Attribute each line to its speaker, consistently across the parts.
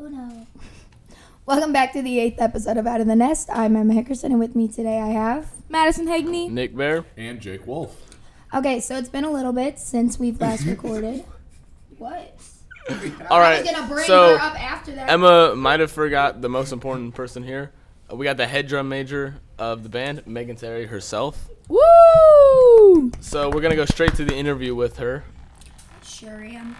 Speaker 1: Uno.
Speaker 2: Welcome back to the eighth episode of Out of the Nest. I'm Emma Hickerson, and with me today I have Madison Hagney.
Speaker 3: Nick Bear.
Speaker 4: And Jake Wolf.
Speaker 2: Okay, so it's been a little bit since we've last recorded. what?
Speaker 3: All
Speaker 2: I was gonna
Speaker 3: right.
Speaker 2: bring
Speaker 3: So
Speaker 2: her up after that.
Speaker 3: Emma might have forgot the most important person here. Uh, We got the head drum major of the band, Megan Terry herself.
Speaker 2: Woo!
Speaker 3: So we're gonna go straight to the interview with her.
Speaker 2: Sure am.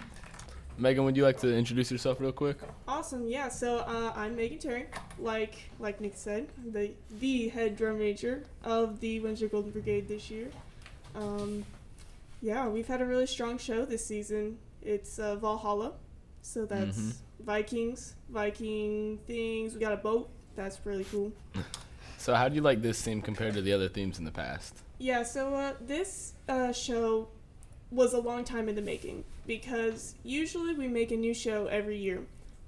Speaker 3: Megan, would you like to introduce yourself real quick?
Speaker 5: Awesome, yeah. So uh, I'm Megan Terry, like like Nick said, the the head drum major of the Windsor Golden Brigade this year. Um, yeah, we've had a really strong show this season. It's uh, Valhalla, so that's
Speaker 3: Mhm.
Speaker 5: Vikings, Viking things. We got a boat. That's really cool.
Speaker 3: So how do you like this theme compared to the other themes in the past?
Speaker 5: Yeah, so uh, this uh, show was a long time in the making because usually we make a new show every year.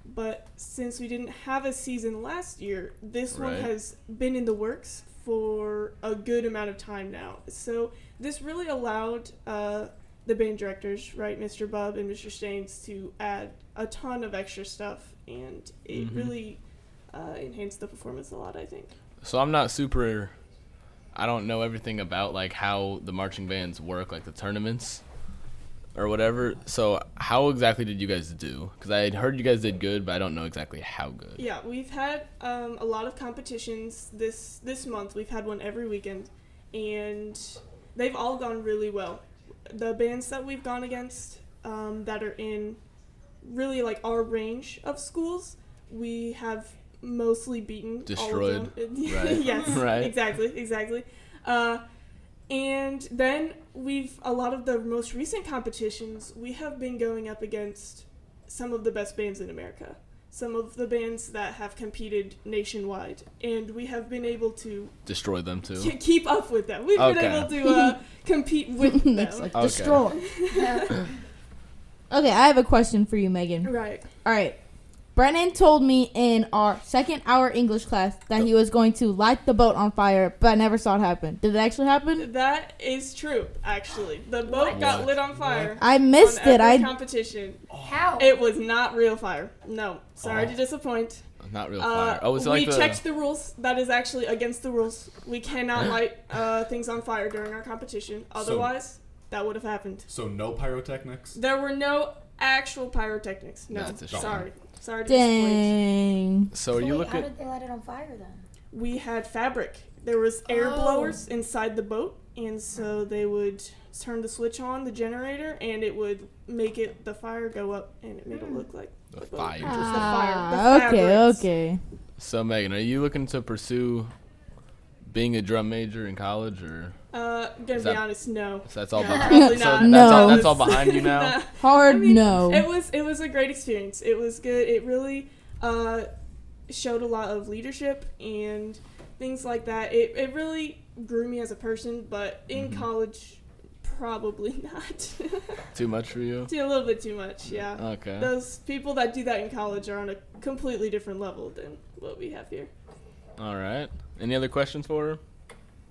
Speaker 5: But since we didn't have a season last year, this
Speaker 3: Right.
Speaker 5: one has been in the works for a good amount of time now. So this really allowed uh, the band directors, right, Mr. Bubb and Mr. Staines, to add a ton of extra stuff, and it
Speaker 3: Mhm.
Speaker 5: really uh, enhanced the performance a lot, I think.
Speaker 3: So I'm not super. I don't know everything about like how the marching bands work, like the tournaments or whatever. So how exactly did you guys do? Because I had heard you guys did good, but I don't know exactly how good.
Speaker 5: Yeah, we've had um, a lot of competitions this this month. We've had one every weekend, and they've all gone really well. The bands that we've gone against um, that are in really like our range of schools, we have mostly beaten, all of
Speaker 3: Destroyed,
Speaker 5: them.
Speaker 3: right,
Speaker 5: yes,
Speaker 3: right.
Speaker 5: exactly, exactly. Uh, and then we've a lot of the most recent competitions we have been going up against some of the best bands in America, some of the bands that have competed nationwide, and we have been able to
Speaker 3: Destroy them too.
Speaker 5: k- keep up with them. We've
Speaker 3: Okay.
Speaker 5: been able to uh, compete with
Speaker 6: Nick's
Speaker 5: them.
Speaker 6: like,
Speaker 3: Okay.
Speaker 6: destroy. okay, I have a question for you, Megan.
Speaker 5: Right.
Speaker 6: All right. Brennan told me in our second hour English class that he was going to light the boat on fire, but I never saw it happen. Did it actually happen?
Speaker 5: That is true, actually. The boat got
Speaker 3: What?
Speaker 5: lit on fire.
Speaker 6: I missed
Speaker 5: on
Speaker 6: it.
Speaker 5: every
Speaker 6: I
Speaker 5: competition.
Speaker 2: How?
Speaker 5: It was not real fire. No, sorry
Speaker 3: Uh-huh.
Speaker 5: to disappoint.
Speaker 3: Not real
Speaker 5: Uh,
Speaker 3: fire. Oh, it's like
Speaker 5: we
Speaker 3: the,
Speaker 5: checked the rules. That is actually against the rules. We cannot light uh, things on fire during our competition. Otherwise, that would have happened.
Speaker 4: So no pyrotechnics.
Speaker 5: There were no actual pyrotechnics. No,
Speaker 3: That's a shame.
Speaker 5: sorry, sorry to disappoint.
Speaker 6: dang.
Speaker 3: So are you
Speaker 1: Wait, how
Speaker 3: looking?
Speaker 1: did they light it on fire then?
Speaker 5: We had fabric. There was air
Speaker 1: Oh.
Speaker 5: blowers inside the boat, and so they would turn the switch on the generator, and it would make it the fire go up, and it made it look like
Speaker 3: The
Speaker 5: the boat.
Speaker 3: fire.
Speaker 5: Just the fire. The
Speaker 6: Hmm. Ah, okay,
Speaker 5: fabrics.
Speaker 6: okay.
Speaker 3: So Megan, are you looking to pursue being a drum major in college, or
Speaker 5: Uh, gonna
Speaker 3: Is
Speaker 5: be
Speaker 3: that-
Speaker 5: honest, no.
Speaker 3: so that's all?
Speaker 5: No,
Speaker 3: behind-
Speaker 5: probably
Speaker 3: so
Speaker 5: not.
Speaker 3: that's all.
Speaker 6: No.
Speaker 3: That's all behind you now.
Speaker 5: Nah.
Speaker 6: Hard
Speaker 5: I mean,
Speaker 6: no.
Speaker 5: It was it was a great experience. It was good. It really uh, showed a lot of leadership and things like that. It it really grew me as a person, but in
Speaker 3: Mm-hmm.
Speaker 5: college, probably not.
Speaker 3: Too much for you.
Speaker 5: Did a little bit too much, yeah.
Speaker 3: Okay.
Speaker 5: Those people that do that in college are on a completely different level than what we have here.
Speaker 3: All right. Any other questions for her?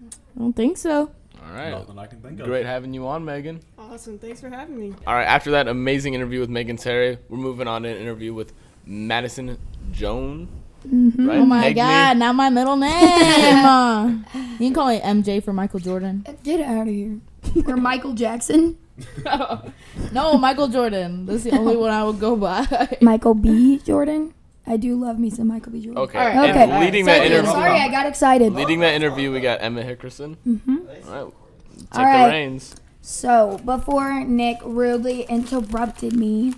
Speaker 6: I don't think so.
Speaker 3: All right.
Speaker 4: Nothing I can think of.
Speaker 3: Great having you on, Megan.
Speaker 5: Awesome. Thanks for having me.
Speaker 3: All right, after that amazing interview with Megan Terry, we're moving on to an interview with Madison Joan.
Speaker 2: Mm-hmm.
Speaker 3: Right?
Speaker 6: Oh my
Speaker 3: Hegney.
Speaker 6: god, not my middle name. Uh, you can call me MJ for Michael Jordan.
Speaker 2: Uh, Get out of here. Or Michael Jackson.
Speaker 6: No, Michael Jordan. That's the only one I would go by.
Speaker 2: Michael B. Jordan. I do love me some Michael B. Jordan.
Speaker 3: Okay.
Speaker 6: All right.
Speaker 3: and
Speaker 2: Okay.
Speaker 3: leading
Speaker 2: Sorry,
Speaker 3: that interview,
Speaker 2: sorry, I got excited.
Speaker 3: leading that interview, we got Emma Hickerson.
Speaker 2: Mhm.
Speaker 3: All right. Take
Speaker 2: All right.
Speaker 3: the reins.
Speaker 2: So, before Nick rudely interrupted me,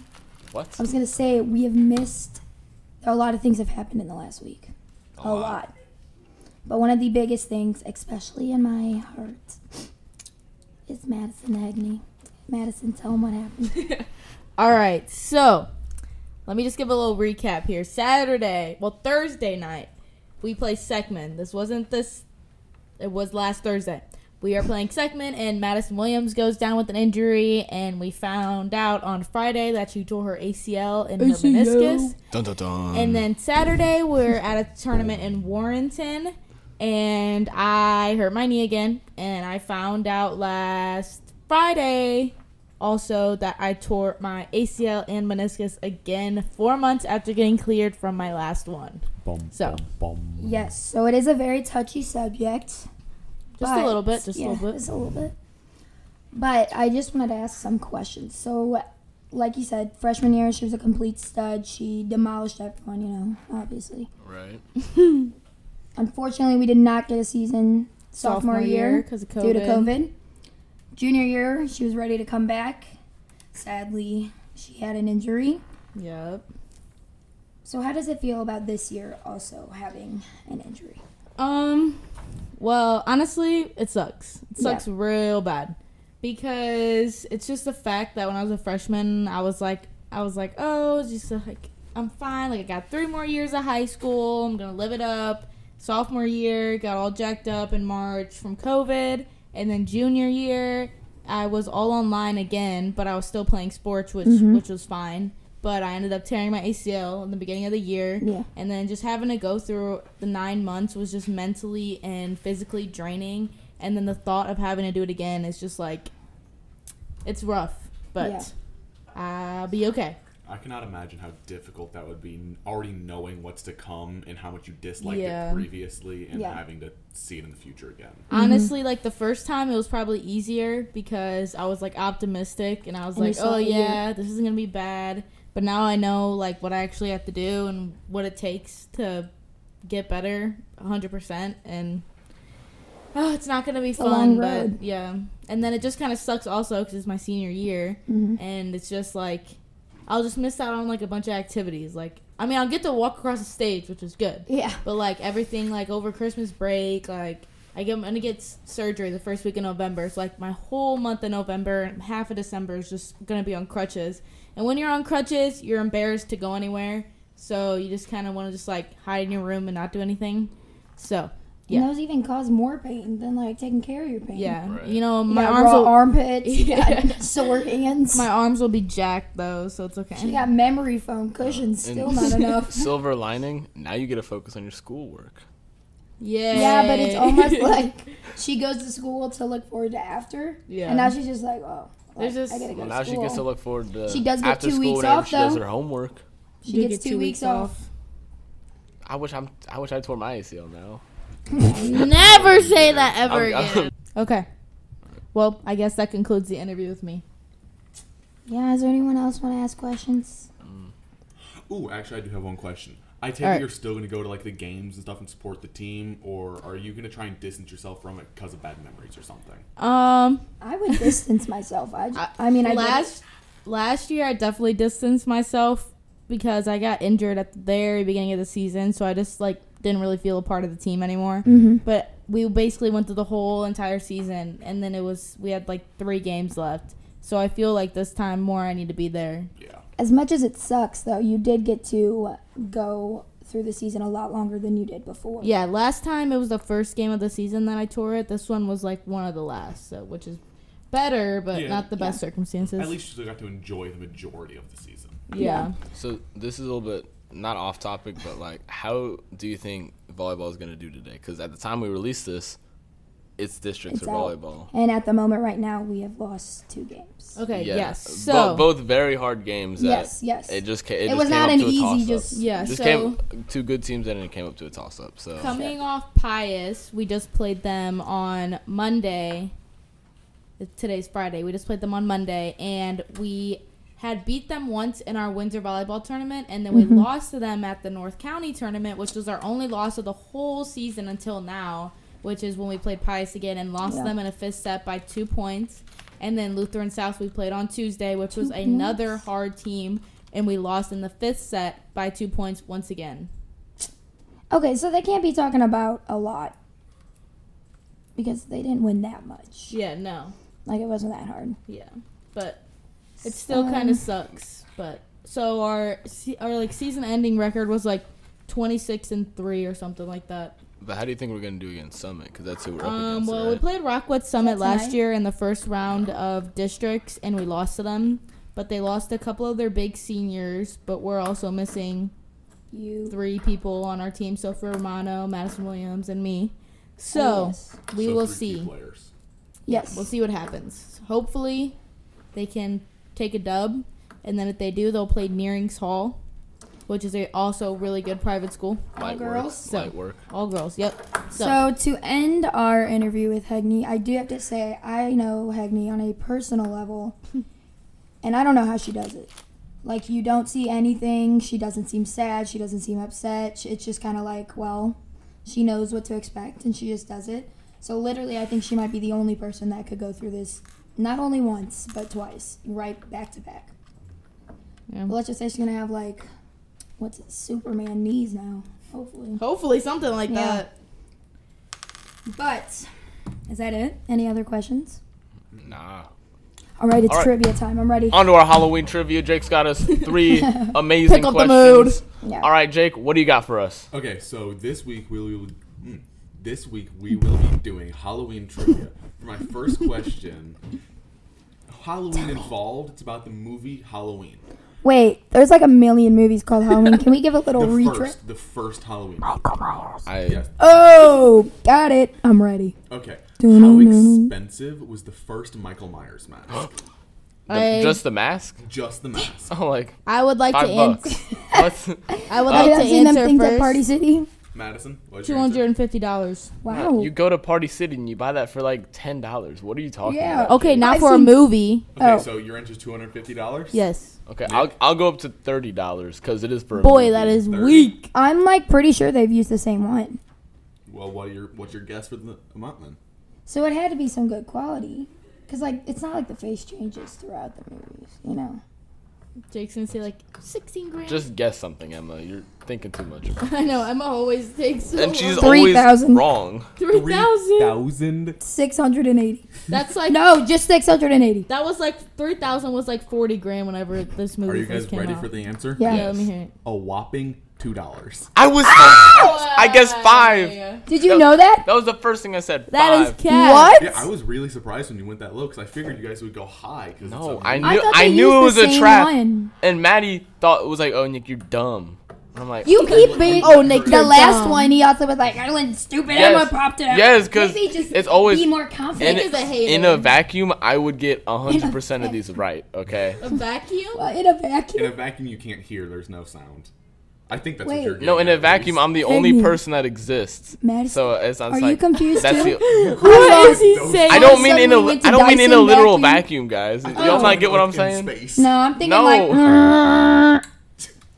Speaker 3: What?
Speaker 2: I was going to say we have missed a lot of things have happened in the last week. A, lot. But one of the biggest things, especially in my heart, is Madison Agney. Madison, tell him what happened.
Speaker 6: All right, so let me just give a little recap here. Saturday, well Thursday night, we play Sekman. This wasn't this; it was last Thursday. We are playing Sekman, and Madison Williams goes down with an injury, and we found out on Friday that she tore her ACL and her meniscus.
Speaker 3: Dun, dun, dun.
Speaker 6: And then Saturday, we're at a tournament in Warrenton, and I hurt my knee again. And I found out last Friday Also, that I tore my ACL and meniscus again four months after getting cleared from my last one.
Speaker 4: Bum,
Speaker 6: So.
Speaker 4: bum, bum.
Speaker 2: Yes, so it is a very touchy subject.
Speaker 6: Just a
Speaker 2: but-
Speaker 6: little bit, just a
Speaker 2: yeah,
Speaker 6: little bit.
Speaker 2: Just a little bit. But I just wanted to ask some questions. So, like you said, freshman year she was a complete stud. She demolished everyone, you know, obviously.
Speaker 3: Right.
Speaker 2: Unfortunately, we did not get a season sophomore, year
Speaker 6: because of COVID.
Speaker 2: due to COVID. Junior year, she was ready to come back. Sadly, she had an injury.
Speaker 6: Yep.
Speaker 2: So, how does it feel about this year also having an injury?
Speaker 6: Um, well, honestly, it sucks. It
Speaker 2: Yeah.
Speaker 6: sucks real bad because it's just the fact that when I was a freshman, I was like, I was like, oh, it's just like I'm fine. Like I got three more years of high school. I'm gonna live it up. Sophomore year, got all jacked up in March from COVID, and then junior year, I was all online again, but I was still playing sports, which which was fine. But I ended up tearing my ACL in the beginning of the year
Speaker 2: Yeah.
Speaker 6: and then just having to go through the nine months was just mentally and physically draining and then the thought of having to do it again is just like it's rough but i'll be okay
Speaker 4: I cannot imagine how difficult that would be. n- Already knowing what's to come and how much you disliked
Speaker 6: Yeah.
Speaker 4: it previously, and
Speaker 2: Yeah.
Speaker 4: having to see it in the future again.
Speaker 2: Mm-hmm.
Speaker 6: honestly like the first time it was probably easier because i was like optimistic and i was
Speaker 2: And you
Speaker 6: like
Speaker 2: saw
Speaker 6: oh
Speaker 2: it,
Speaker 6: yeah this isn't gonna be bad but now i know like what i actually have to do and what it takes to get better 100% and oh it's not gonna be
Speaker 2: a
Speaker 6: fun
Speaker 2: long
Speaker 6: but
Speaker 2: road.
Speaker 6: yeah and then it just kind of sucks also because it's my senior year
Speaker 2: Mm-hmm.
Speaker 6: and it's just like i'll just miss out on like a bunch of activities like i mean i'll get to walk across the stage which is good
Speaker 2: Yeah.
Speaker 6: but like everything, like over Christmas break, like I get, I'm gonna get s- surgery the first week of November. So like my whole month of November and half of December is just gonna be on crutches. And when you're on crutches, you're embarrassed to go anywhere. So you just kind of want to just like hide in your room and not do anything. So Yeah.
Speaker 2: And those even cause more pain than like taking care of your pain.
Speaker 6: yeah,
Speaker 3: Right.
Speaker 6: you know
Speaker 2: You
Speaker 6: my
Speaker 2: got
Speaker 6: arms
Speaker 2: raw
Speaker 6: will
Speaker 2: armpits, you
Speaker 6: Yeah.
Speaker 2: got sore hands.
Speaker 6: my arms will be jacked though, so it's okay.
Speaker 2: she got memory foam cushions, still not enough.
Speaker 3: Silver lining. Now you get to focus on your schoolwork.
Speaker 6: yeah,
Speaker 2: Yeah, but it's almost like she goes to school to look forward to after.
Speaker 6: Yeah.
Speaker 2: And now she's just like, oh, like,
Speaker 6: There's just-
Speaker 2: I gotta go
Speaker 3: Well,
Speaker 2: to
Speaker 3: now she
Speaker 2: school.
Speaker 3: gets to look forward to
Speaker 2: She does get
Speaker 3: after
Speaker 2: two
Speaker 3: school
Speaker 2: weeks
Speaker 3: whenever
Speaker 2: off,
Speaker 3: she does
Speaker 2: though.
Speaker 3: her homework.
Speaker 2: she
Speaker 6: You
Speaker 2: gets
Speaker 6: get
Speaker 2: two, weeks off.
Speaker 3: I wish I'm. I wish I tore my ACL now.
Speaker 6: Never say that ever
Speaker 3: I'm-
Speaker 6: again.
Speaker 3: I'm-
Speaker 6: Okay. Well, I guess that concludes the interview with me.
Speaker 2: Yeah, is there anyone else want to ask questions?
Speaker 4: Ooh, actually, I do have one question. I take
Speaker 6: Alright.
Speaker 4: it you're still going to go to like the games and stuff and support the team, or are you going to try and distance yourself from it because of bad memories or something?
Speaker 6: Um,
Speaker 2: I would distance myself. I, j- I mean, I did-
Speaker 6: Uh, last last year I definitely distanced myself because I got injured at the very beginning of the season, so I just like didn't really feel a part of the team anymore. But we basically went through the whole entire season, and then it was we had like three games left. So I feel like this time more I need to be there.
Speaker 4: Yeah.
Speaker 2: as much as it sucks though, you did get to go through the season a lot longer than you did before.
Speaker 6: Yeah, last time it was the first game of the season that I tore it. This one was like one of the last, so which is better, but
Speaker 4: Yeah.
Speaker 6: not the best circumstances.
Speaker 4: At least you still got to enjoy the majority of the season.
Speaker 6: yeah.
Speaker 3: So this is a little bit not off topic, but like, how do you think volleyball is going to do today? Because at the time we released this, it's districts
Speaker 2: It's
Speaker 3: for
Speaker 2: out.
Speaker 3: volleyball.
Speaker 2: And at the moment right now, we have lost two games.
Speaker 6: Okay.
Speaker 3: Yeah.
Speaker 6: Uh, Yes.
Speaker 3: Bo-
Speaker 6: So
Speaker 3: both very hard games. That
Speaker 2: Yes, yes.
Speaker 3: It just came. It,
Speaker 2: It
Speaker 3: just
Speaker 2: was
Speaker 3: came
Speaker 2: not
Speaker 3: up
Speaker 2: an
Speaker 3: to a
Speaker 2: easy
Speaker 3: toss-up.
Speaker 2: just-
Speaker 6: Yeah,
Speaker 3: Just
Speaker 6: so-
Speaker 3: came two good teams and it came up to a toss up. So
Speaker 6: Coming off Pius, we just played them on Monday. Today's Friday. We just played them on Monday, and we had beat them once in our Windsor volleyball tournament, and then we lost to them at the North County tournament, which was our only loss of the whole season until now, which is when we played Pius again and lost
Speaker 2: Yeah.
Speaker 6: them in a fifth set by two points. And then Lutheran South we played on Tuesday, which was another hard team, and we lost in the fifth set by two points once again.
Speaker 2: Okay, so they can't be talking about a lot because they didn't win that much.
Speaker 6: Yeah, no.
Speaker 2: Like it wasn't that hard.
Speaker 6: Yeah, but it still
Speaker 2: Um,
Speaker 6: kind of sucks. But so our se- our like season ending record was like twenty six and three or something like that.
Speaker 3: But how do you think we're going to do against Summit? Because that's who we're up
Speaker 6: Um,
Speaker 3: against.
Speaker 6: well,
Speaker 3: right?
Speaker 6: we played Rockwood Summit last
Speaker 2: tonight?
Speaker 6: year in the first round of districts, and we lost to them. But they lost a couple of their big seniors, but we're also missing
Speaker 2: You
Speaker 6: three people on our team: Sophia Romano, Madison Williams, and me. So
Speaker 2: Oh, yes.
Speaker 6: we
Speaker 4: So
Speaker 6: will
Speaker 4: three key
Speaker 6: see.
Speaker 4: Players.
Speaker 2: Yes.
Speaker 6: We'll see what happens. Hopefully, they can take a dub, and then if they do, they'll play Nearings Hall, which is a also really good private school.
Speaker 3: Light
Speaker 2: girls?
Speaker 3: work. Light work.
Speaker 6: All girls. Yep. So,
Speaker 2: So to end our interview with Hegney, I do have to say I know Hegney on a personal level, and I don't know how she does it. Like you don't see anything. She doesn't seem sad. She doesn't seem upset. She- It's just kind of like, well, she knows what to expect and she just does it. So literally, I think she might be the only person that could go through this not only once but twice, right back to back.
Speaker 6: Yeah.
Speaker 2: But let's just say she's gonna have like, what's it, Superman knees now, hopefully.
Speaker 6: hopefully something like
Speaker 2: Yeah.
Speaker 6: that.
Speaker 2: But is that it? Any other questions?
Speaker 3: Nah.
Speaker 2: All right, it's
Speaker 3: All right.
Speaker 2: trivia time. I'm ready.
Speaker 3: On to our Halloween trivia. Jake's got us three amazing
Speaker 6: Pick up the
Speaker 3: questions.
Speaker 2: Yeah.
Speaker 3: All right, Jake, what do you got for us?
Speaker 4: Okay, so this week we will mm, this week we will be doing Halloween trivia. For my first question, Halloween involved. It's about the movie Halloween.
Speaker 2: Wait, there's like a million movies called Halloween. Can we give a
Speaker 4: The
Speaker 6: Oh,
Speaker 2: little retrip?
Speaker 4: first, the first Halloween.
Speaker 3: I,
Speaker 4: Yes.
Speaker 2: Oh, got it. I'm ready.
Speaker 4: Okay. How
Speaker 2: Dun-dun-dun.
Speaker 4: expensive was the first Michael Myers mask?
Speaker 3: the-
Speaker 6: I-
Speaker 3: just the mask?
Speaker 4: Just the mask.
Speaker 3: Oh, like
Speaker 6: I would like
Speaker 3: five
Speaker 6: to
Speaker 3: bucks.
Speaker 6: answer.
Speaker 3: What's,
Speaker 6: I would
Speaker 2: Have you
Speaker 6: like to
Speaker 2: ever seen them
Speaker 6: answer
Speaker 2: things at Party
Speaker 6: first.
Speaker 2: City?
Speaker 4: Madison, what's
Speaker 6: Two
Speaker 4: your answer?
Speaker 6: hundred and fifty dollars.
Speaker 2: Wow.
Speaker 3: You go to Party City and you buy that for like ten dollars. What are you talking
Speaker 2: Yeah.
Speaker 3: about?
Speaker 6: Okay, not
Speaker 2: I've
Speaker 6: for a
Speaker 2: seen-
Speaker 6: movie.
Speaker 4: Okay,
Speaker 2: Oh.
Speaker 4: so your answer is two hundred fifty dollars.
Speaker 6: Yes.
Speaker 3: Okay, I'll I'll go up to thirty dollars because it is for a
Speaker 6: Boy,
Speaker 3: movie.
Speaker 6: that is
Speaker 4: Thirty.
Speaker 6: weak.
Speaker 2: I'm like pretty sure they've used the same one.
Speaker 4: Well, what are your what's your guess for the amount then?
Speaker 2: So it had to be some good quality. Because, like, it's not like the face changes throughout the movies, you know?
Speaker 6: Jake's gonna say like sixteen grand.
Speaker 3: Just guess something, Emma. You're thinking too much. About it.
Speaker 6: I know Emma always takes. So
Speaker 3: And she's
Speaker 2: Three
Speaker 3: always
Speaker 2: thousand.
Speaker 3: wrong.
Speaker 6: three thousand.
Speaker 4: thousand.
Speaker 2: 680.
Speaker 6: That's like
Speaker 2: No, just 680.
Speaker 6: That was like three thousand was like forty grand whenever this movie
Speaker 4: Are you
Speaker 6: first
Speaker 4: guys
Speaker 6: came
Speaker 4: ready
Speaker 6: out.
Speaker 4: for the answer?
Speaker 2: Yeah.
Speaker 6: yeah, let me hear it.
Speaker 4: A whopping two dollars.
Speaker 3: I was.
Speaker 6: Ah!
Speaker 3: I guess five.
Speaker 2: Did you know that?
Speaker 3: That was the first thing I said.
Speaker 6: That is
Speaker 3: five.
Speaker 6: cat.
Speaker 2: What?
Speaker 4: Yeah, I was really surprised when you went that low because I figured you guys would go high. Cause
Speaker 3: No,
Speaker 4: it's a
Speaker 3: Oh, I
Speaker 4: movie.
Speaker 2: I
Speaker 3: knew.
Speaker 2: thought
Speaker 3: I,
Speaker 2: they
Speaker 3: knew it was
Speaker 2: used the
Speaker 3: a
Speaker 2: same
Speaker 3: trap.
Speaker 2: one.
Speaker 3: And Maddie thought it was like, oh Nick, you're dumb. And I'm like,
Speaker 2: You keep being.
Speaker 6: Oh, Nick,
Speaker 2: The
Speaker 6: you're
Speaker 2: last
Speaker 6: dumb.
Speaker 2: one, he also was like, Ireland, stupid
Speaker 3: Yes.
Speaker 2: Emma popped it out.
Speaker 3: Yes, 'cause
Speaker 2: Maybe just
Speaker 3: it's always-
Speaker 2: be more confident.
Speaker 3: in,
Speaker 6: Nick is a hater.
Speaker 3: in a vacuum, I would get hundred percent of these right. Okay.
Speaker 6: A vacuum?
Speaker 2: Well, in a
Speaker 4: in a
Speaker 2: vacuum.
Speaker 4: vacuum you can't hear. There's no sound. I think that's
Speaker 2: Wait.
Speaker 4: what you're.
Speaker 3: No, in
Speaker 4: getting
Speaker 3: a
Speaker 4: at,
Speaker 3: vacuum,
Speaker 4: Reese.
Speaker 3: I'm the
Speaker 2: Send
Speaker 3: only
Speaker 2: me.
Speaker 3: person that exists.
Speaker 2: Madison,
Speaker 3: So it's I'm
Speaker 2: Are
Speaker 3: like,
Speaker 2: you confused
Speaker 3: that's
Speaker 2: too?
Speaker 3: the.
Speaker 6: What is he
Speaker 4: Those-
Speaker 6: saying?
Speaker 3: I don't mean in a.
Speaker 2: we went to
Speaker 3: I don't mean in a
Speaker 2: Dyson
Speaker 3: literal
Speaker 2: vacuum.
Speaker 3: vacuum, guys.
Speaker 4: I
Speaker 3: Y'all
Speaker 4: thought
Speaker 3: not get what I'm
Speaker 4: in
Speaker 3: saying?
Speaker 4: space.
Speaker 2: no, I'm thinking um,
Speaker 3: No.
Speaker 2: like.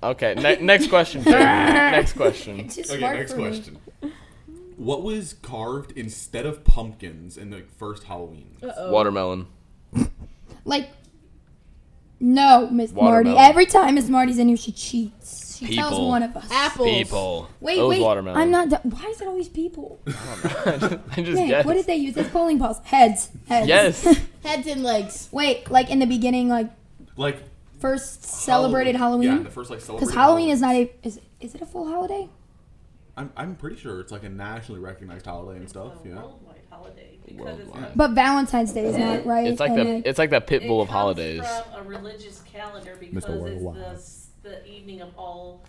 Speaker 3: Okay. Ne- next question. Jake. next question.
Speaker 2: It's just
Speaker 4: Okay,
Speaker 2: smart
Speaker 4: next
Speaker 2: for me.
Speaker 4: question. What was carved instead of pumpkins in the first Halloween?
Speaker 2: Oh.
Speaker 6: Uh-oh.
Speaker 3: Watermelon.
Speaker 2: Like, no, Miss Marty.
Speaker 3: Watermelon.
Speaker 2: Every time Miss Marty's in here, she cheats. She tells
Speaker 3: People.
Speaker 2: one of us.
Speaker 6: Apples.
Speaker 3: People.
Speaker 2: Wait,
Speaker 3: It was
Speaker 2: wait.
Speaker 3: Watermelon.
Speaker 2: I'm not. Done. Why is it always people?
Speaker 3: I just
Speaker 2: Nick,
Speaker 3: guessed.
Speaker 2: what did they use? It's polling balls. Heads. Heads.
Speaker 3: yes.
Speaker 6: Heads and legs.
Speaker 2: Wait, like in the beginning, like
Speaker 4: Like
Speaker 2: first celebrated
Speaker 4: Yeah,
Speaker 2: Halloween.
Speaker 4: the first like celebrated.
Speaker 2: Because Halloween is not a is is it a full holiday?
Speaker 4: I'm, I'm pretty sure it's like a nationally recognized holiday and stuff. Yeah.
Speaker 1: worldwide holiday because it's,
Speaker 3: Worldwide.
Speaker 2: But Valentine's Day is not right.
Speaker 3: It's like
Speaker 2: And
Speaker 3: the.
Speaker 2: then-
Speaker 3: It's like that pit
Speaker 1: it
Speaker 3: bull of
Speaker 1: comes
Speaker 3: holidays.
Speaker 1: From a religious calendar because it's
Speaker 4: Worldwide.
Speaker 1: the, s- the evening of all,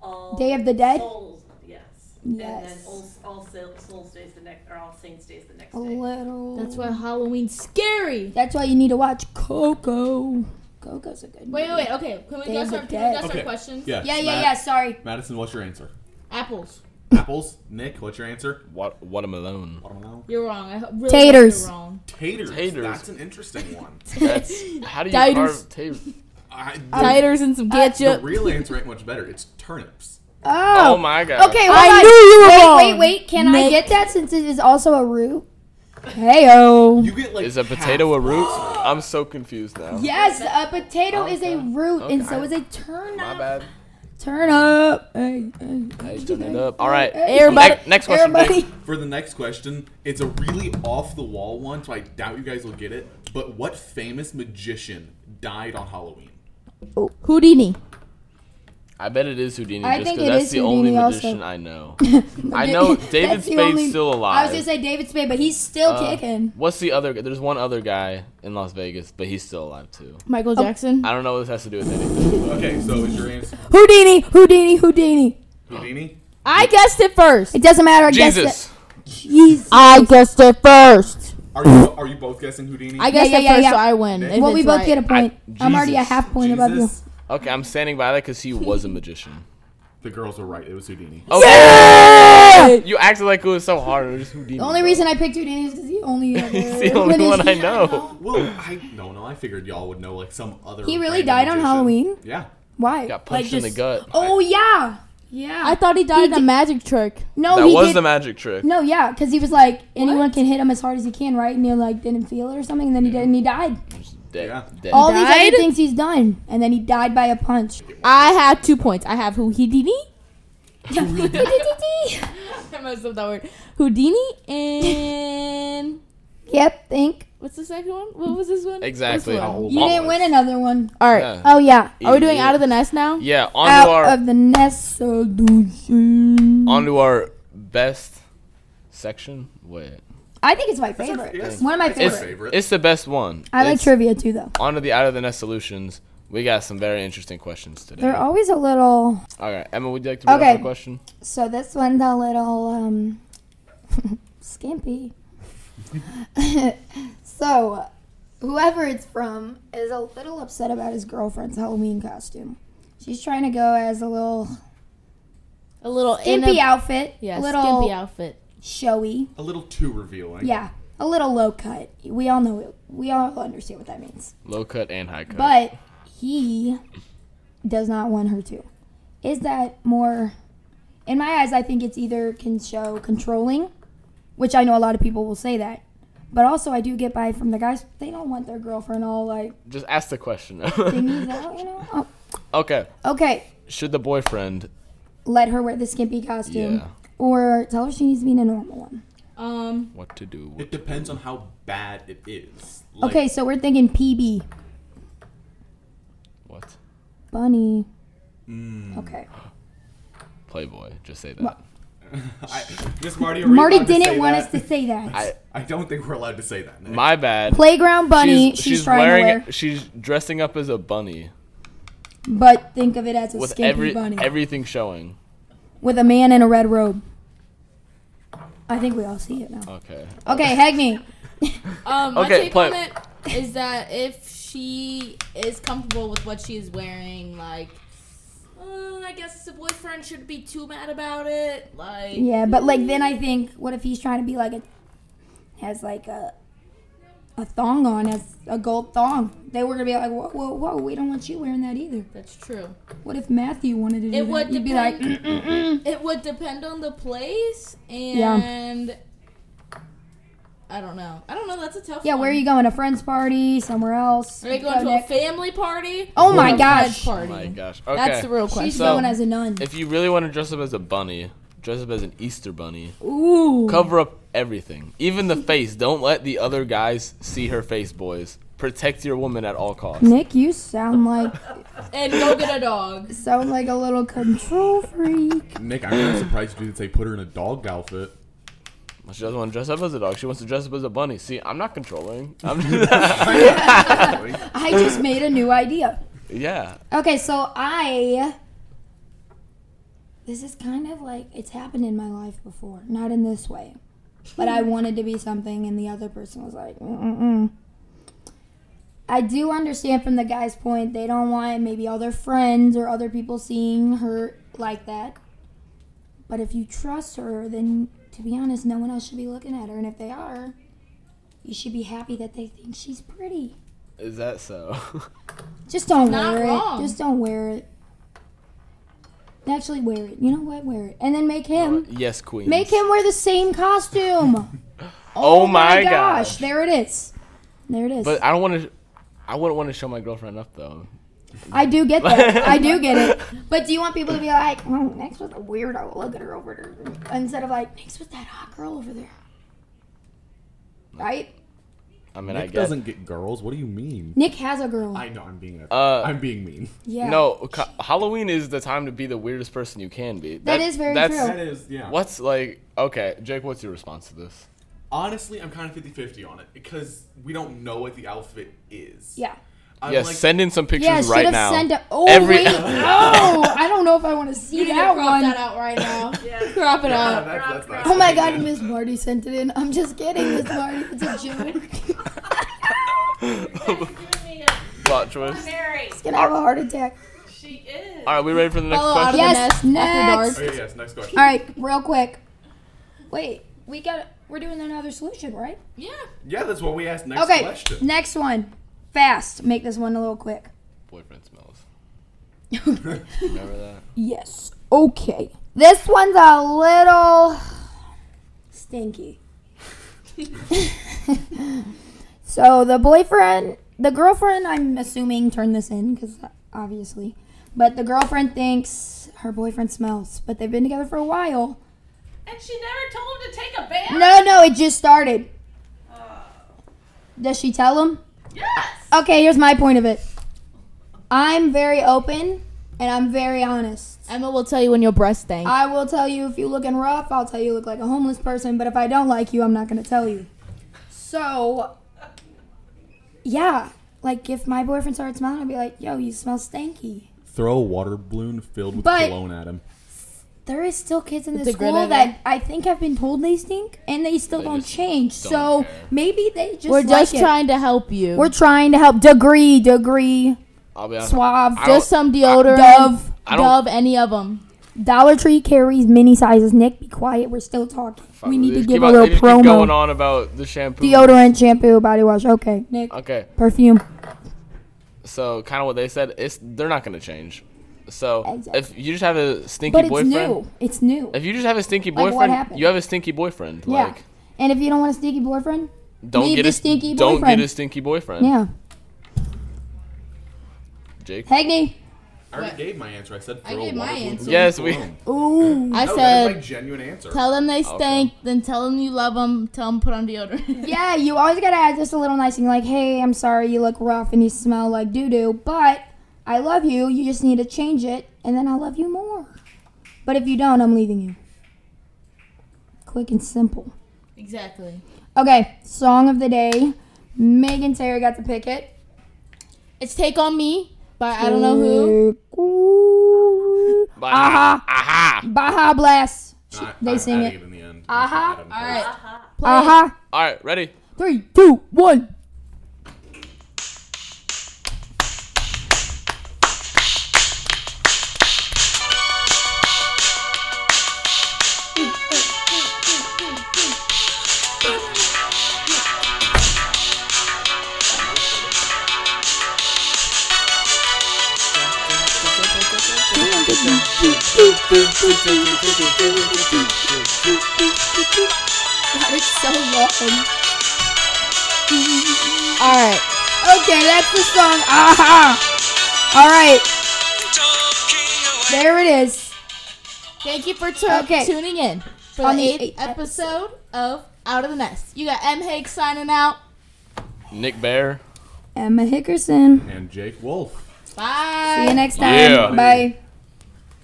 Speaker 1: all
Speaker 2: Day of the Dead?
Speaker 1: Souls, yes. And then
Speaker 2: Yes.
Speaker 1: all, all Sa- Souls Days the next, or All Saints Days the next
Speaker 2: a
Speaker 1: day.
Speaker 2: little.
Speaker 6: That's why Halloween's scary.
Speaker 2: That's why you need to watch Coco. Coco's a good.
Speaker 6: Wait,
Speaker 2: movie.
Speaker 6: wait, wait. Okay, can we
Speaker 2: Day of
Speaker 6: guess
Speaker 2: the
Speaker 6: our, can we guess
Speaker 4: Okay.
Speaker 6: our questions?
Speaker 4: Yes,
Speaker 2: Yeah, yeah,
Speaker 4: Matt-
Speaker 2: yeah. Sorry.
Speaker 4: Madison, what's your answer?
Speaker 6: Apples.
Speaker 4: Apples. Nick, what's your answer?
Speaker 3: What watermelon?
Speaker 4: Watermelon.
Speaker 6: You're wrong. I ho- really
Speaker 2: Taters.
Speaker 6: You're wrong.
Speaker 4: Taters.
Speaker 3: Taters.
Speaker 4: That's an interesting one.
Speaker 3: That's how do you
Speaker 6: Taters.
Speaker 3: carve taters?
Speaker 4: I,
Speaker 2: Um,
Speaker 6: Taters and some
Speaker 4: the
Speaker 6: ketchup.
Speaker 4: real answer ain't much better. It's turnips.
Speaker 2: Oh.
Speaker 3: Oh, my god.
Speaker 2: Okay.
Speaker 6: I
Speaker 2: hold on.
Speaker 6: knew you were
Speaker 2: wait, Wait,
Speaker 6: wrong.
Speaker 2: wait. Can I
Speaker 6: Nick.
Speaker 2: get that since it is also a root? Heyo.
Speaker 4: You get like
Speaker 3: Is a
Speaker 4: half-
Speaker 3: potato a root? I'm so confused now.
Speaker 2: Yes, a potato is a
Speaker 3: Okay.
Speaker 2: root, and
Speaker 3: Okay.
Speaker 2: so is a turnip.
Speaker 3: My bad.
Speaker 2: Turn up. Hey, hey, hey,
Speaker 3: I turned it
Speaker 2: hey,
Speaker 3: up. All right.
Speaker 2: hey.
Speaker 6: Everybody-
Speaker 3: Next, next question. Jake.
Speaker 2: Everybody.
Speaker 4: For the next question, it's a really off the wall one, so I doubt you guys will get it. But what famous magician died on Halloween?
Speaker 6: Houdini.
Speaker 3: I bet it is Houdini.
Speaker 2: I
Speaker 3: just
Speaker 2: think
Speaker 3: 'cause
Speaker 2: it
Speaker 3: that's
Speaker 2: is
Speaker 3: the
Speaker 2: Houdini
Speaker 3: only
Speaker 2: also.
Speaker 3: magician I know. I know
Speaker 2: That's
Speaker 3: David
Speaker 2: the
Speaker 3: Spade's
Speaker 2: only-
Speaker 3: still alive.
Speaker 2: I was gonna say David Spade, but he's still
Speaker 3: Uh,
Speaker 2: kicking.
Speaker 3: What's the other? There's one other guy in Las Vegas, but he's still alive too.
Speaker 6: Michael
Speaker 2: Oh.
Speaker 6: Jackson.
Speaker 3: I don't know what this has to do with anything.
Speaker 4: Okay, so is your answer
Speaker 2: Houdini, Houdini, Houdini.
Speaker 4: Houdini?
Speaker 6: I guessed it first.
Speaker 2: It doesn't matter. I guess
Speaker 3: Jesus.
Speaker 2: that- Jesus.
Speaker 6: I guessed it first.
Speaker 4: Are you are you both guessing Houdini?
Speaker 6: I guess
Speaker 2: yeah,
Speaker 6: at
Speaker 2: yeah,
Speaker 6: first
Speaker 2: yeah.
Speaker 6: so I win.
Speaker 4: Well,
Speaker 6: If
Speaker 2: Well, we
Speaker 6: it's
Speaker 2: both
Speaker 6: right.
Speaker 2: get a point.
Speaker 3: I-
Speaker 2: I'm already a
Speaker 4: Jesus.
Speaker 2: half point above you.
Speaker 4: Jesus.
Speaker 3: Okay, I'm standing by that because he was a magician.
Speaker 4: The girls were right. It was Houdini.
Speaker 3: Okay. You acted like it was so hard. It was just Houdini.
Speaker 2: The only reason I picked Houdini is because he only.
Speaker 3: He's the only one I know.
Speaker 4: Well, I no no. I figured y'all would know like some other.
Speaker 2: He really
Speaker 4: random
Speaker 2: died on
Speaker 4: magician.
Speaker 2: Halloween?
Speaker 4: Yeah.
Speaker 2: Why?
Speaker 3: Got punched in the gut.
Speaker 2: Oh yeah, yeah.
Speaker 6: I thought he died in a
Speaker 2: did-
Speaker 6: magic trick.
Speaker 2: no,
Speaker 3: that
Speaker 2: he
Speaker 3: was
Speaker 2: did.
Speaker 3: the magic trick.
Speaker 2: no, yeah, because he was like anyone can hit him as hard as he can, right? And he like didn't feel it or something, and then he did, and he died.
Speaker 3: Just Dead.
Speaker 4: Yeah.
Speaker 3: Dead.
Speaker 2: All these
Speaker 6: died?
Speaker 2: other things he's done, and then he died by a punch.
Speaker 6: I have two points. I have Houdini.
Speaker 2: yep,
Speaker 6: I messed up that word. Houdini and
Speaker 2: think
Speaker 6: what's the second one? What was this one? This
Speaker 3: Exactly.
Speaker 6: one.
Speaker 4: How old
Speaker 2: you
Speaker 4: I
Speaker 2: didn't
Speaker 4: was.
Speaker 2: win another one.
Speaker 6: All right.
Speaker 3: Yeah.
Speaker 2: Oh yeah,
Speaker 6: Are we doing out of the nest now?
Speaker 3: Yeah. On to our
Speaker 2: out of the nest solution.
Speaker 3: on to our best section. Wait.
Speaker 2: I think it's my
Speaker 4: That's our-
Speaker 2: favorite.
Speaker 4: yeah, that's-
Speaker 2: One of my
Speaker 4: that's our
Speaker 2: favorite.
Speaker 4: favorite.
Speaker 3: It's the best one.
Speaker 2: I like
Speaker 3: It's-
Speaker 2: trivia too, though.
Speaker 3: On to the out of the nest solutions. We got some very interesting questions today.
Speaker 2: They're always a little.
Speaker 3: All right, Emma, would you like to bring up
Speaker 2: Okay.
Speaker 3: a question?
Speaker 2: So this one's a little um, skimpy. so, whoever it's from is a little upset about his girlfriend's Halloween costume. She's trying to go as a little
Speaker 6: A little in
Speaker 2: skimpy
Speaker 6: a-
Speaker 2: outfit,
Speaker 6: Yeah,
Speaker 2: a little
Speaker 6: skimpy outfit.
Speaker 2: showy.
Speaker 4: A little too revealing.
Speaker 2: Yeah, a little low cut. We all know it. We all understand what that means.
Speaker 3: Low cut and high cut.
Speaker 2: But he does not want her to. Is that more, in my eyes, I think it's either can show controlling, which I know a lot of people will say that, but also I do get by from the guys. They don't want their girlfriend all like
Speaker 3: Just ask the question.
Speaker 2: thingies out, you know? Oh,
Speaker 3: okay.
Speaker 2: okay,
Speaker 3: Should the boyfriend?
Speaker 2: let her wear the skimpy costume.
Speaker 3: Yeah.
Speaker 2: Or tell her she needs to be in a normal one.
Speaker 6: Um,
Speaker 3: What to do?
Speaker 4: It
Speaker 3: What to-
Speaker 4: depends on how bad it is. Like,
Speaker 2: Okay, so we're thinking PB.
Speaker 3: What?
Speaker 2: Bunny. Okay.
Speaker 3: Playboy. Just say that.
Speaker 4: I, Miss Marty, are we
Speaker 2: Marty
Speaker 4: allowed to
Speaker 2: didn't
Speaker 4: say
Speaker 2: want
Speaker 4: that?
Speaker 2: us to say that.
Speaker 3: I.
Speaker 4: I don't think we're allowed to say that. Nick.
Speaker 3: My bad.
Speaker 2: Playground bunny. She's, trying
Speaker 3: wearing.
Speaker 2: to wear,
Speaker 3: She's dressing up as a bunny
Speaker 2: but think of it as a
Speaker 3: with
Speaker 2: skimpy
Speaker 3: every
Speaker 2: bunny.
Speaker 3: everything showing.
Speaker 2: with a man in a red robe. I think we all see it now.
Speaker 3: Okay.
Speaker 2: Okay, Hegney.
Speaker 6: um, my
Speaker 3: Okay,
Speaker 6: take
Speaker 3: play-
Speaker 6: on it is that if she is comfortable with what she is wearing, like, uh, I guess the boyfriend shouldn't be too mad about it. Like,
Speaker 2: Yeah, but like then I think, what if he's trying to be like a has like a a thong on, has a gold thong? They were gonna be like, whoa, whoa, whoa, we don't want you wearing that either.
Speaker 6: that's true.
Speaker 2: What if Matthew wanted to do
Speaker 6: It
Speaker 2: that?
Speaker 6: would
Speaker 2: You'd be like,
Speaker 6: depend. it would depend on the place
Speaker 2: Yeah.
Speaker 6: and. I don't know. I don't know. That's a tough.
Speaker 2: yeah,
Speaker 6: one.
Speaker 2: where are you going? A friend's party? Somewhere else?
Speaker 6: Are they
Speaker 2: Go
Speaker 6: going to a
Speaker 2: next-
Speaker 6: family party?
Speaker 2: Oh my
Speaker 6: or a
Speaker 2: gosh.
Speaker 3: Oh
Speaker 6: pledge Party?
Speaker 3: my gosh. Okay.
Speaker 6: That's the real question.
Speaker 2: She's
Speaker 3: So-
Speaker 2: going as a nun.
Speaker 3: If you really want to dress up as a bunny, dress up as an Easter bunny.
Speaker 2: Ooh.
Speaker 3: Cover up everything, even the face. Don't let the other guys see her face, boys. Protect your woman at all costs.
Speaker 2: Nick, you sound like
Speaker 6: and go get a dog.
Speaker 2: sound like a little control freak.
Speaker 4: Nick, I'm really surprised you didn't say put her in a dog outfit.
Speaker 2: Mm.
Speaker 3: She doesn't want to dress up as a dog. She wants to dress up as a bunny. See, I'm not controlling. I'm
Speaker 2: I just made a new idea.
Speaker 3: yeah.
Speaker 2: Okay, so I. This is kind of like it's happened in my life before, not in this way, but I wanted to be something, and the other person was like, "Mm-mm." I do understand from the guy's point; they don't want maybe all their friends or other people seeing her like that. But if you trust her, then to be honest, no one else should be looking at her, and if they are, you should be happy that they think she's pretty.
Speaker 3: Is that so?
Speaker 2: Just don't
Speaker 6: Not
Speaker 2: wear
Speaker 6: wrong.
Speaker 2: it. Just don't wear it. Actually, wear it. You know what? Wear it, and then make him
Speaker 3: yes, queen.
Speaker 2: make him wear the same costume.
Speaker 3: Oh, my
Speaker 2: gosh!
Speaker 3: gosh.
Speaker 2: There it is. There it is.
Speaker 3: But I don't want to. I wouldn't want to show my girlfriend up though.
Speaker 2: I do get that. I do get it. But do you want people to be like, oh, next was a weirdo. Look at her over there," instead of like, next was that hot girl over there. Right?
Speaker 3: I mean, I
Speaker 4: Nick
Speaker 3: guess.
Speaker 4: doesn't get girls. What do you mean?
Speaker 2: Nick has a girl.
Speaker 4: I know I'm being a,
Speaker 3: Uh,
Speaker 4: I'm being mean.
Speaker 2: yeah.
Speaker 3: No, ca- Halloween is the time to be the weirdest person you can be. That,
Speaker 2: is very
Speaker 4: That
Speaker 2: true.
Speaker 4: is yeah.
Speaker 3: What's like? Okay, Jake. What's your response to this?
Speaker 4: Honestly, I'm kind of 50-50 on it because we don't know what the outfit is.
Speaker 2: Yeah.
Speaker 4: I'm
Speaker 3: yes,
Speaker 4: like,
Speaker 3: send in some pictures
Speaker 2: Yeah. Should
Speaker 3: right
Speaker 2: have
Speaker 3: now.
Speaker 2: sent a. Oh
Speaker 3: Every-
Speaker 2: wait. Oh, I don't know if I want to see
Speaker 6: You need to
Speaker 2: that
Speaker 6: crop
Speaker 2: one.
Speaker 6: that out right now.
Speaker 1: Yeah.
Speaker 6: Crop it
Speaker 4: Yeah,
Speaker 6: out.
Speaker 4: that's- that's not-
Speaker 2: Oh my god, Miss Marty sent it in. I'm just kidding, Miss Marty. It's a joke.
Speaker 1: She's giving me a
Speaker 3: Plot twist.
Speaker 1: Mary.
Speaker 2: Gonna have a heart attack.
Speaker 1: She is.
Speaker 3: All right, we ready for the next
Speaker 6: Follow out of
Speaker 3: question?
Speaker 2: Yes,
Speaker 6: the nest
Speaker 2: next.
Speaker 6: after dark.
Speaker 4: Okay, Oh, yes, next question.
Speaker 2: All right, real quick. Wait, we got. We're doing another solution, right?
Speaker 6: Yeah.
Speaker 4: Yeah, that's what we asked next
Speaker 2: okay,
Speaker 4: question.
Speaker 2: next one. Fast. Make this one a little quick.
Speaker 3: Boyfriend smells. Remember that?
Speaker 2: Yes. Okay. This one's a little stinky. so the boyfriend, the girlfriend, I'm assuming turned this in because obviously, but the girlfriend thinks her boyfriend smells, but they've been together for a while.
Speaker 1: And she never told him to take a bath.
Speaker 2: No, no, it just started.
Speaker 1: Oh.
Speaker 2: Does she tell him?
Speaker 1: yes.
Speaker 2: Okay, here's my point of it. I'm very open and I'm very honest.
Speaker 6: Emma will tell you when your breast stink.
Speaker 2: I will tell you if you looking rough, I'll tell you look like a homeless person, but if I don't like you, I'm not gonna tell you. So yeah. Like if my boyfriend started smelling, I'd be like, yo, you smell stanky.
Speaker 4: Throw a water balloon filled with
Speaker 2: But-
Speaker 4: cologne at him.
Speaker 2: There is still kids in
Speaker 6: It's
Speaker 2: the
Speaker 6: a good
Speaker 2: school
Speaker 6: idea.
Speaker 2: that I think have been told they stink and they still
Speaker 3: They
Speaker 2: don't
Speaker 3: just
Speaker 2: change.
Speaker 3: don't
Speaker 2: so
Speaker 3: care.
Speaker 2: maybe they just
Speaker 6: We're
Speaker 2: like
Speaker 6: just
Speaker 2: it.
Speaker 6: trying to help you.
Speaker 2: We're trying to help degree, degree,
Speaker 3: I'll be honest.
Speaker 2: suave,
Speaker 3: Oh, I don't-
Speaker 6: just some deodorant.
Speaker 2: Dove.
Speaker 3: I don't-
Speaker 6: Dove, any of them.
Speaker 2: Dollar Tree carries mini sizes. Nick, be quiet. We're still talking.
Speaker 3: Fuck,
Speaker 2: we
Speaker 3: they
Speaker 2: need to
Speaker 3: just
Speaker 2: give
Speaker 3: keep
Speaker 2: a
Speaker 3: on-
Speaker 2: little
Speaker 3: they just keep going
Speaker 2: promo.
Speaker 3: on about the shampoo.
Speaker 2: Deodorant, shampoo, body wash. Okay, Nick.
Speaker 3: Okay,
Speaker 2: Perfume.
Speaker 3: so kind of what they said. It's they're not gonna change. So
Speaker 2: Exactly.
Speaker 3: if you just have a stinky
Speaker 2: But it's
Speaker 3: boyfriend,
Speaker 2: new. It's new.
Speaker 3: if you just have a stinky
Speaker 2: Like, what
Speaker 3: boyfriend,
Speaker 2: happened?
Speaker 3: you have a stinky boyfriend.
Speaker 2: yeah.
Speaker 3: Like
Speaker 2: and if you don't want a stinky boyfriend,
Speaker 3: don't
Speaker 2: Leave
Speaker 3: get
Speaker 2: the
Speaker 3: a
Speaker 2: stinky
Speaker 3: don't
Speaker 2: boyfriend.
Speaker 3: get a stinky boyfriend.
Speaker 2: yeah.
Speaker 3: Jake.
Speaker 2: Hegney.
Speaker 4: I already
Speaker 6: What?
Speaker 4: gave my answer. I said
Speaker 6: I
Speaker 4: throw
Speaker 6: gave
Speaker 4: a water
Speaker 6: my
Speaker 4: balloon
Speaker 6: answer.
Speaker 4: filled
Speaker 3: Yes,
Speaker 4: with
Speaker 3: we-
Speaker 4: cologne.
Speaker 2: Ooh.
Speaker 4: No,
Speaker 6: I
Speaker 4: that is my
Speaker 6: said,
Speaker 4: genuine answer.
Speaker 6: tell them they
Speaker 3: Okay.
Speaker 6: stink, then tell them you love them, tell them put on deodorant.
Speaker 2: Yeah, you always gotta add just a little nice thing like, hey, I'm sorry you look rough and you smell like doo doo, but I love you. You just need to change it, and then I'll love you more. But if you don't, I'm leaving you. Quick and simple.
Speaker 6: exactly.
Speaker 2: Okay, song of the day. Megan Taylor got to pick it.
Speaker 6: It's Take On Me by I don't know who.
Speaker 2: who.
Speaker 3: Bye.
Speaker 2: Aha.
Speaker 3: Aha.
Speaker 2: Baja Blast. She-
Speaker 4: I-
Speaker 2: they
Speaker 4: I'm
Speaker 2: sing
Speaker 4: adding
Speaker 2: it.
Speaker 4: in the end.
Speaker 2: Uh-huh.
Speaker 4: Adam
Speaker 6: All
Speaker 4: Cole.
Speaker 6: right.
Speaker 1: Uh-huh.
Speaker 6: Play it.
Speaker 2: Aha.
Speaker 3: All right, ready.
Speaker 2: Three, two, one. God, it's so long.
Speaker 6: All right.
Speaker 2: Okay, that's the song. Aha! All right, there it is.
Speaker 6: Thank you for tu-
Speaker 2: Okay.
Speaker 6: tuning in for
Speaker 2: On
Speaker 6: the
Speaker 2: the
Speaker 6: eighth,
Speaker 2: eighth
Speaker 6: episode of Out of the Nest. You got M. Hake signing out.
Speaker 3: Nick Bear.
Speaker 2: Emma Hickerson.
Speaker 4: And Jake Wolf.
Speaker 6: Bye.
Speaker 2: See you next time.
Speaker 3: Yeah.
Speaker 2: Bye.